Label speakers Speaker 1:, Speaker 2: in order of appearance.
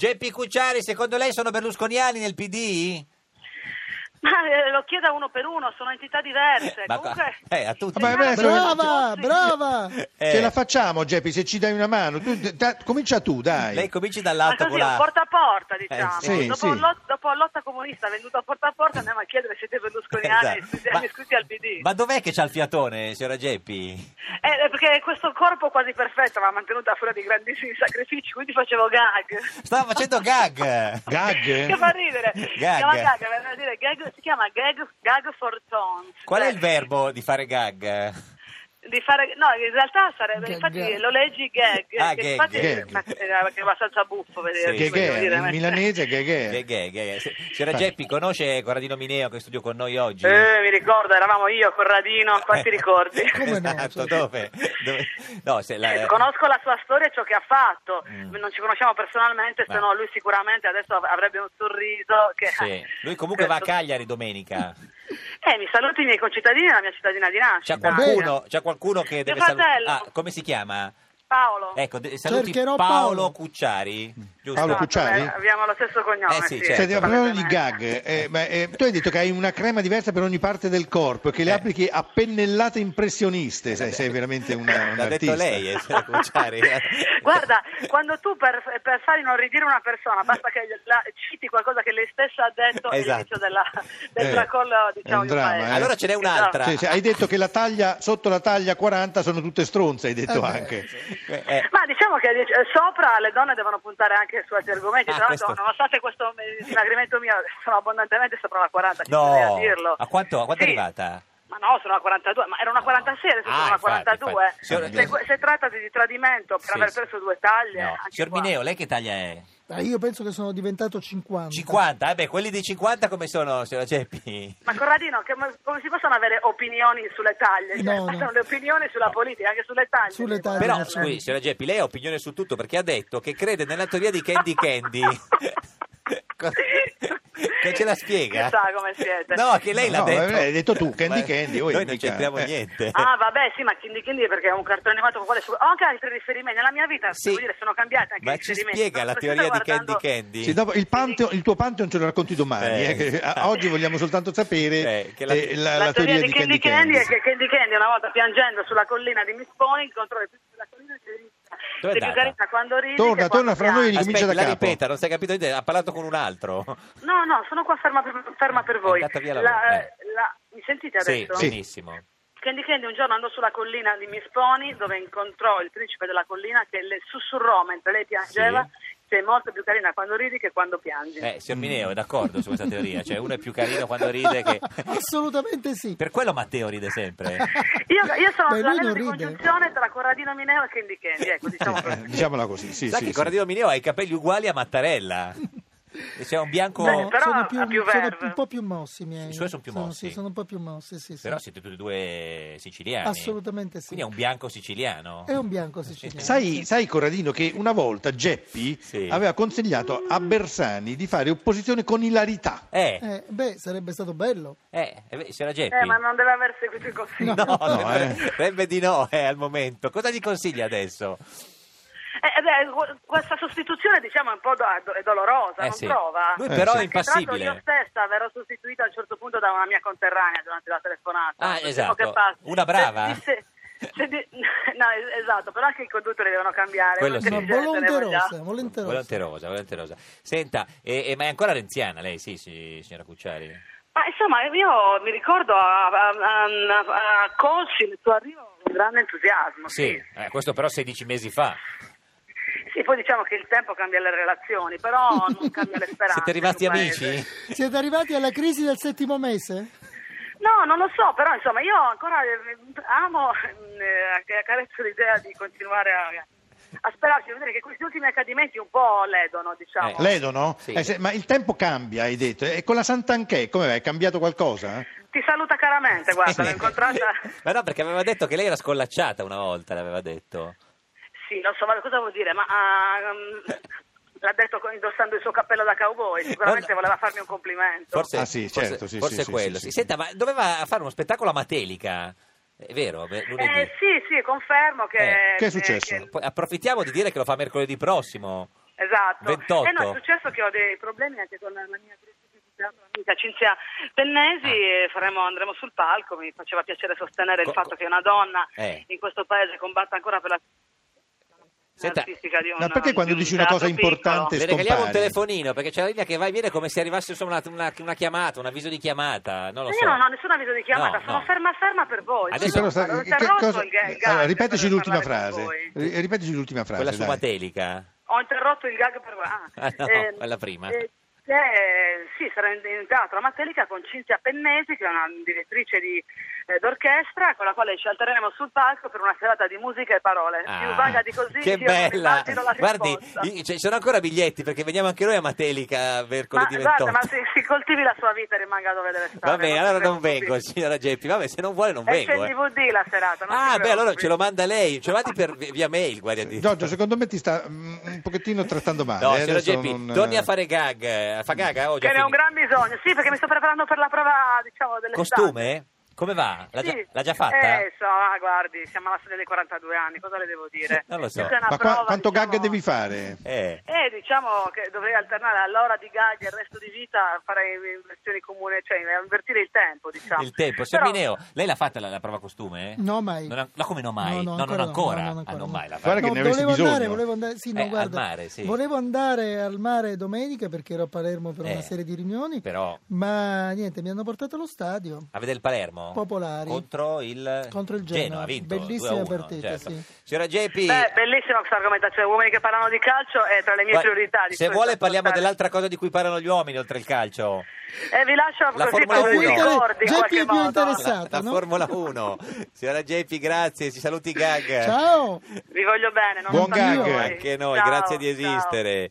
Speaker 1: Geppi Cucciari, secondo lei sono berlusconiani nel PD?
Speaker 2: Ma eh, lo chiedo a uno per uno, sono entità diverse.
Speaker 1: Ma qua-
Speaker 2: Comunque,
Speaker 1: eh, a tutti.
Speaker 2: Vabbè, vabbè,
Speaker 3: Brava,
Speaker 2: Sì.
Speaker 3: brava!
Speaker 1: Eh,
Speaker 4: Ce la facciamo, Geppi, se ci dai una mano. Tu, da- comincia tu, dai.
Speaker 1: Lei cominci
Speaker 2: ma
Speaker 1: dall'alto
Speaker 2: così,
Speaker 1: con
Speaker 2: un
Speaker 1: la...
Speaker 2: Ah, porta a porta, diciamo.
Speaker 1: Eh, sì,
Speaker 2: dopo,
Speaker 4: sì.
Speaker 2: lot- dopo lotta comunista venduta a porta a porta, andiamo a chiedere se siete berlusconiani
Speaker 1: Esatto.
Speaker 2: iscritti- iscritti al PD.
Speaker 1: ma dov'è che c'ha il fiatone, signora Geppi?
Speaker 2: Eh, eh, perché questo corpo quasi perfetto va mantenuto a furia di grandissimi sacrifici, quindi facevo gag.
Speaker 1: Stava facendo gag.
Speaker 2: Che
Speaker 4: Gag?
Speaker 2: fa ridere.
Speaker 1: Gag.
Speaker 2: Si chiama gag, viene da dire gag- si chiama gag, gag for tons.
Speaker 1: Qual è
Speaker 2: Cioè,
Speaker 1: il verbo di fare gag?
Speaker 3: Eh.
Speaker 2: Di fare, no, in realtà sarebbe,
Speaker 3: Gag.
Speaker 2: infatti lo leggi gag,
Speaker 1: Ah,
Speaker 2: che
Speaker 1: gag.
Speaker 2: infatti è-
Speaker 4: Gag.
Speaker 2: è è abbaghezza buffo vedere.
Speaker 1: Sì. eh,
Speaker 2: voglio
Speaker 4: Che che è?
Speaker 2: dire,
Speaker 4: In
Speaker 2: ma-
Speaker 4: milanese che
Speaker 1: Gag,
Speaker 4: che è?
Speaker 1: gag, gag. Se- Signora Geppi, conosce Corradino Mineo che è in studio con noi oggi?
Speaker 2: Eh, mi ricordo, eravamo io, Corradino,
Speaker 1: Eh,
Speaker 2: quanti ricordi?
Speaker 3: Come no? cioè.
Speaker 1: Esatto, dove? dove- No, se la...
Speaker 2: Eh, Conosco la sua storia e ciò che ha fatto,
Speaker 1: Mm.
Speaker 2: non ci conosciamo personalmente,
Speaker 1: Ma-
Speaker 2: se no lui sicuramente adesso av- avrebbe un sorriso che...
Speaker 1: Sì. Lui comunque va a
Speaker 2: Certo.
Speaker 1: Cagliari domenica.
Speaker 2: Eh, mi saluti i miei concittadini e la mia cittadina di nascita.
Speaker 1: C'è qualcuno, c'è qualcuno che
Speaker 2: Mio
Speaker 1: deve
Speaker 2: fratello.
Speaker 1: Ah, come si chiama?
Speaker 2: Paolo.
Speaker 1: Ecco, de- saluti Paolo,
Speaker 3: Cercherò Paolo.
Speaker 1: Cucciari. Giusto?
Speaker 4: Paolo
Speaker 2: Esatto,
Speaker 4: Cucciari?
Speaker 2: eh, abbiamo lo stesso cognome.
Speaker 1: Eh sì,
Speaker 2: sì, ecco,
Speaker 1: certo.
Speaker 4: Senti, ma
Speaker 2: Parliamo
Speaker 4: parliamo di gag. Eh, ma, eh, tu hai detto che hai una crema diversa per ogni parte del corpo e che le
Speaker 1: Eh.
Speaker 4: applichi a pennellate impressioniste. Sei, sei veramente una, un
Speaker 1: L'ha detto
Speaker 4: artista.
Speaker 1: lei, eh, signora Cucciari.
Speaker 2: Guarda, quando tu per, per far inorridire una persona basta che la- citi qualcosa che lei stessa ha detto
Speaker 1: Esatto.
Speaker 2: all'inizio della, del
Speaker 4: Eh,
Speaker 2: tracollo diciamo,
Speaker 4: è un
Speaker 2: di un
Speaker 4: dramma,
Speaker 2: paese.
Speaker 4: eh.
Speaker 1: Allora ce n'è
Speaker 2: Esatto.
Speaker 1: un'altra.
Speaker 4: Sì, sì, hai detto che la taglia sotto la taglia 40 sono tutte stronze, hai detto
Speaker 3: Eh beh,
Speaker 4: anche.
Speaker 1: Eh, eh,
Speaker 2: Ma diciamo che eh, sopra le donne devono puntare anche su altri argomenti.
Speaker 1: Ah,
Speaker 2: Tra l'altro,
Speaker 1: questo-
Speaker 2: nonostante questo eh, dimagrimento mio, sono abbondantemente sopra la 40, ci
Speaker 1: No.
Speaker 2: tengo a dirlo.
Speaker 1: A quanto- a quanto è
Speaker 2: Sì.
Speaker 1: arrivata?
Speaker 2: Ma no, sono a 42, ma era una 46, adesso
Speaker 1: Ah,
Speaker 2: sono una
Speaker 1: infatti,
Speaker 2: 42.
Speaker 1: infatti. Signor-
Speaker 2: Se, que- se trattasi di tradimento per
Speaker 1: Sì,
Speaker 2: aver
Speaker 1: sì.
Speaker 2: perso due taglie,
Speaker 1: no.
Speaker 2: anche
Speaker 1: Signor
Speaker 2: qua.
Speaker 1: Mineo, lei che taglia è?
Speaker 3: Ah, io penso che sono diventato 50.
Speaker 1: 50? Eh beh, quelli di 50 come sono, signora Geppi?
Speaker 2: Ma Corradino, che- ma come si possono avere opinioni sulle taglie? Cioè,
Speaker 3: No, no.
Speaker 2: Sono le opinioni sulla politica, anche sulle taglie.
Speaker 3: Sulle
Speaker 2: devono
Speaker 3: taglie, eh.
Speaker 1: Però,
Speaker 2: averne.
Speaker 3: no,
Speaker 1: scusi, signora Geppi, lei ha opinione su tutto perché ha detto che crede nella teoria di Candy Candy. Co- che ce la spiega?
Speaker 2: Chissà come siete.
Speaker 1: No, che lei l'ha
Speaker 4: No, eh,
Speaker 1: detto.
Speaker 4: l'hai detto tu, Candy
Speaker 1: Ma
Speaker 4: Candy, oh,
Speaker 1: Noi non
Speaker 4: mica,
Speaker 1: c'entriamo
Speaker 4: eh.
Speaker 1: niente.
Speaker 2: Ah, vabbè, sì, ma Kindy Kindy perché è un cartone animato con quale su- ho anche altri riferimenti. Nella mia vita,
Speaker 1: Sì.
Speaker 2: devo dire, sono cambiate anche i
Speaker 1: Ma ci
Speaker 2: riferimenti.
Speaker 1: spiega
Speaker 2: Sono
Speaker 1: la teoria di
Speaker 2: sempre
Speaker 1: Candy
Speaker 2: guardando-
Speaker 1: Candy?
Speaker 4: Sì, dopo il, Pantheon- il tuo Pantheon ce lo racconti domani.
Speaker 1: Eh.
Speaker 4: eh, che- a- oggi vogliamo soltanto sapere
Speaker 1: Eh,
Speaker 4: eh,
Speaker 1: che
Speaker 4: che
Speaker 1: la-
Speaker 4: la,
Speaker 2: La,
Speaker 4: la
Speaker 2: teoria, di Candy Candy, è che Candy Candy una volta piangendo sulla collina di Miss Pony incontrò le più sulla collina e si
Speaker 1: Dov'è
Speaker 2: sei più
Speaker 1: andata?
Speaker 2: carina quando ridi
Speaker 4: Torna,
Speaker 2: che
Speaker 4: torna
Speaker 2: quando
Speaker 4: fra noi e
Speaker 2: piangi.
Speaker 4: ricomincia
Speaker 1: Aspetti,
Speaker 4: da
Speaker 1: la
Speaker 4: capo.
Speaker 1: ripeta, non stai capito niente, ha parlato con un altro.
Speaker 2: No, no, sono qua ferma per, ferma per
Speaker 1: È
Speaker 2: voi.
Speaker 1: andata via la
Speaker 2: La-
Speaker 1: voce, eh.
Speaker 2: la- mi sentite
Speaker 1: Sì,
Speaker 2: adesso?
Speaker 4: Sì.
Speaker 1: benissimo.
Speaker 2: Candy Candy un giorno andò sulla collina di Miss Pony dove incontrò il principe della collina che le sussurrò mentre lei piangeva sei molto più carina quando ridi che quando piangi.
Speaker 1: Eh, signor Mineo è d'accordo su questa teoria, cioè uno è più carino quando ride che... Eh.
Speaker 3: Assolutamente sì.
Speaker 1: Per quello Matteo ride sempre.
Speaker 2: Io, io sono sulla
Speaker 3: Beh, lui non
Speaker 2: lente di
Speaker 3: ride.
Speaker 2: congiunzione tra Corradino Mineo e Candy Candy, ecco,
Speaker 1: Eh,
Speaker 2: diciamo così.
Speaker 4: eh, Diciamola così, sì,
Speaker 1: Sai
Speaker 4: sì,
Speaker 1: che
Speaker 4: sì.
Speaker 1: Corradino Mineo ha i capelli uguali a Mattarella. E c'è un bianco...
Speaker 2: Beh, però
Speaker 3: sono,
Speaker 2: ha
Speaker 3: più,
Speaker 2: più
Speaker 3: sono
Speaker 2: verve.
Speaker 3: un po' più mossi i miei.
Speaker 1: Ecco. I suoi sono più mossi.
Speaker 3: sì, sono un po' più mossi, sì, sì.
Speaker 1: Però siete tutti e due siciliani.
Speaker 3: Assolutamente sì.
Speaker 1: Quindi è un bianco siciliano.
Speaker 3: È un bianco siciliano.
Speaker 4: Sai, sai, Corradino, che una volta Geppi
Speaker 1: Sì.
Speaker 4: aveva consigliato a Bersani di fare opposizione con ilarità.
Speaker 1: Eh, eh,
Speaker 3: Eh, beh, sarebbe stato bello.
Speaker 1: eh, beh, signora Geppi.
Speaker 2: Eh, ma non deve aver seguito il consiglio.
Speaker 1: No,
Speaker 4: No, eh.
Speaker 1: sembrerebbe di no eh, al momento. Cosa gli consiglia adesso?
Speaker 2: Eh, eh, beh, gu- questa sostituzione diciamo è un po' do- do- è dolorosa,
Speaker 1: Eh,
Speaker 2: non
Speaker 1: sì.
Speaker 2: trova?
Speaker 1: Lui
Speaker 4: Eh,
Speaker 1: però
Speaker 4: sì.
Speaker 1: è
Speaker 2: Perché tra l'altro
Speaker 1: impassibile.
Speaker 2: io stessa verrò sostituita a un certo punto da una mia conterranea durante la telefonata.
Speaker 1: Ah,
Speaker 2: Vediamo
Speaker 1: esatto.
Speaker 2: che passa.
Speaker 1: Una brava?
Speaker 2: Se- se- se di- no, es- esatto, però anche i conduttori devono cambiare.
Speaker 1: Quello
Speaker 2: uno che
Speaker 1: sì.
Speaker 3: Ma
Speaker 2: dice, "Se ne vogliamo".
Speaker 3: volenterosa, volenterosa.
Speaker 1: Volenterosa, volenterosa. Senta, eh, eh, ma è ancora renziana lei, sì, sì, signora Cucciari?
Speaker 2: Ma insomma, io mi ricordo a, a, a- a Colci il suo arrivo con grande entusiasmo.
Speaker 1: Sì,
Speaker 2: Sì.
Speaker 1: eh, questo però 16 mesi fa.
Speaker 2: Sì, poi diciamo che il tempo cambia le relazioni, però non cambia le speranze.
Speaker 1: Siete rimasti
Speaker 2: in un paese.
Speaker 1: amici?
Speaker 3: Siete arrivati alla crisi del settimo mese?
Speaker 2: No, non lo so, però insomma io ancora eh, amo, eh, accarezzo l'idea di continuare a, a sperarci, devo dire che questi ultimi accadimenti un po' ledono, diciamo.
Speaker 1: Eh.
Speaker 4: Ledo, no?
Speaker 1: Sì.
Speaker 4: Eh, se- ma il tempo cambia, hai detto. E con la Sant'Anchè, come va? È cambiato qualcosa? Eh?
Speaker 2: Ti saluta caramente,
Speaker 1: Eh,
Speaker 2: guarda, l'ho incontrata.
Speaker 1: ma no, perché aveva detto che lei era scollacciata una volta, l'aveva detto.
Speaker 2: Sì, non so ma cosa vuol dire, ma ah, mm, l'ha detto con- indossando il suo cappello da cowboy, sicuramente
Speaker 1: No, no.
Speaker 2: voleva farmi un complimento.
Speaker 1: Forse,
Speaker 4: Ah, sì,
Speaker 1: forse-
Speaker 4: certo, sì,
Speaker 1: forse
Speaker 4: sì, sì,
Speaker 1: quello. sì.
Speaker 4: sì, sì.
Speaker 1: Senta, ma doveva fare uno spettacolo a Matelica, è vero? Beh, lunedì.
Speaker 2: Eh, sì, sì, confermo che...
Speaker 4: Eh, che è successo?
Speaker 2: che-
Speaker 1: Poi approfittiamo di dire che lo fa mercoledì prossimo.
Speaker 2: Esatto.
Speaker 1: 28.
Speaker 2: Eh no, è successo che ho dei problemi anche con la mia attrice di teatro, amica Cinzia Pennesi e faremo- andremo sul palco, mi faceva piacere sostenere
Speaker 1: Ah. Co-
Speaker 2: il fatto
Speaker 1: co-
Speaker 2: che una donna
Speaker 1: Eh.
Speaker 2: in questo paese combatta ancora per la
Speaker 1: Senta,
Speaker 2: artistica di una
Speaker 4: ma perché quando
Speaker 2: di un
Speaker 4: dici una cosa
Speaker 2: teatro piccolo?
Speaker 4: importante
Speaker 1: Le regaliamo un
Speaker 4: scompare.
Speaker 1: telefonino perché c'è la linea che va e viene come se arrivasse insomma, una, una- una chiamata, un avviso di chiamata. Non lo
Speaker 2: Io
Speaker 1: so.
Speaker 2: non ho nessun avviso di chiamata,
Speaker 1: No,
Speaker 2: sono
Speaker 1: no.
Speaker 2: ferma ferma per voi.
Speaker 1: Adesso-
Speaker 2: Sono-
Speaker 4: Però
Speaker 2: non
Speaker 4: sta-
Speaker 2: si è
Speaker 4: che
Speaker 2: rotto
Speaker 4: cosa-
Speaker 2: il ga- il gag
Speaker 4: allora,
Speaker 2: per
Speaker 4: ripeteci l'ultima
Speaker 2: parlare con
Speaker 4: frase.
Speaker 2: voi.
Speaker 4: Ri- Ripeteci l'ultima frase.
Speaker 1: Quella
Speaker 4: dai.
Speaker 1: subatelica.
Speaker 2: Ho interrotto il gag per voi.
Speaker 1: Ah, no, quella prima.
Speaker 2: eh, sì, sarà in, in teatro a Matelica con Cinzia Pennesi, che è una direttrice di, eh, d'orchestra, con la quale ci alterneremo sul palco per una serata di musica e parole. Più
Speaker 1: Ah,
Speaker 2: vaga di così,
Speaker 1: che
Speaker 2: io non
Speaker 1: bella!
Speaker 2: immagino la
Speaker 1: Guardi,
Speaker 2: risposta.
Speaker 1: i- cioè, ci sono ancora biglietti perché veniamo anche noi a Matelica
Speaker 2: ma,
Speaker 1: mercoledì 28.
Speaker 2: guarda, ma si, si coltivi la sua vita e rimanga dove deve stare.
Speaker 1: Va bene, allora
Speaker 2: si
Speaker 1: non vengo,
Speaker 2: preoccupi.
Speaker 1: signora Geppi. Vabbè, se non vuole non
Speaker 2: Esce
Speaker 1: vengo.
Speaker 2: il
Speaker 1: eh.
Speaker 2: DVD la serata. non
Speaker 1: Ah,
Speaker 2: ti
Speaker 1: beh, allora
Speaker 2: preoccupi.
Speaker 1: ce lo manda lei. Ce lo mandi per via mail, guardi.
Speaker 4: Giorgio, secondo me ti sta mm, un pochettino trattando male.
Speaker 1: No,
Speaker 4: eh,
Speaker 1: signora
Speaker 4: adesso
Speaker 1: Geppi,
Speaker 4: non-
Speaker 1: torni a fare gag. eh, Fa gag eh, oggi.
Speaker 2: Che ne ho un gran bisogno, sì, perché mi sto preparando per la prova, diciamo, dell'estate.
Speaker 1: Costume? Come va? L'ha,
Speaker 2: Sì.
Speaker 1: già, l'ha già fatta?
Speaker 2: Eh, so, ah, guardi, siamo alla sede dei 42 anni, cosa le devo dire?
Speaker 1: Non lo so.
Speaker 2: Questa è una
Speaker 4: Ma qua-
Speaker 2: prova,
Speaker 4: quanto
Speaker 2: diciamo-
Speaker 4: gag devi fare?
Speaker 1: Eh.
Speaker 2: Eh, diciamo che dovrei alternare all'ora di gag e al resto di vita, fare inversioni comuni, cioè invertire il tempo, diciamo.
Speaker 1: Il tempo,
Speaker 2: Però-
Speaker 1: Sermineo, lei l'ha fatta la, la prova costume?
Speaker 3: No, mai.
Speaker 1: Eh, Non ha- no, come no mai?
Speaker 3: No, no,
Speaker 1: no, non
Speaker 3: ancora no,
Speaker 1: ancora.
Speaker 3: no, non
Speaker 1: Ah,
Speaker 3: ancora,
Speaker 1: non
Speaker 3: no.
Speaker 1: mai l'ha fatta.
Speaker 4: Guarda che ne avresti
Speaker 3: volevo andare,
Speaker 4: bisogno.
Speaker 3: volevo andare, sì, no,
Speaker 1: Eh, al
Speaker 3: guarda,
Speaker 1: mare, sì.
Speaker 3: volevo andare al mare domenica perché ero a Palermo per
Speaker 1: Eh,
Speaker 3: una serie di riunioni,
Speaker 1: Però
Speaker 3: ma niente, mi hanno portato allo stadio.
Speaker 1: a vedere il Palermo
Speaker 3: Popolari.
Speaker 1: contro il,
Speaker 3: Contro il
Speaker 1: Genoa,
Speaker 3: Genoa.
Speaker 1: ha vinto
Speaker 3: Bellissima
Speaker 1: 2-1,
Speaker 3: partita,
Speaker 1: certo.
Speaker 3: sì.
Speaker 1: Signora Geppi,
Speaker 2: Beh, bellissima questa argomentazione, uomini che parlano di calcio è tra le mie
Speaker 1: guarda,
Speaker 2: priorità. di
Speaker 1: se
Speaker 2: solito
Speaker 1: vuole parliamo
Speaker 2: ascoltare.
Speaker 1: dell'altra cosa di cui parlano gli uomini oltre il calcio.
Speaker 2: Eh, vi lascio
Speaker 1: La
Speaker 2: così
Speaker 1: Formula
Speaker 2: per i
Speaker 1: 1.
Speaker 2: ricordi in
Speaker 3: Geppi
Speaker 2: qualche
Speaker 3: è più
Speaker 2: modo.
Speaker 3: interessante.
Speaker 1: La,
Speaker 3: Esatto,
Speaker 1: la
Speaker 3: no?
Speaker 1: Formula 1. Signora Geppi, grazie, ci saluti gag.
Speaker 4: Eh.
Speaker 3: Ciao!
Speaker 2: Vi voglio bene, non
Speaker 4: Buon
Speaker 2: state
Speaker 4: gag.
Speaker 2: voi.
Speaker 1: Anche noi,
Speaker 2: Ciao,
Speaker 1: grazie di
Speaker 2: ciao.
Speaker 1: esistere.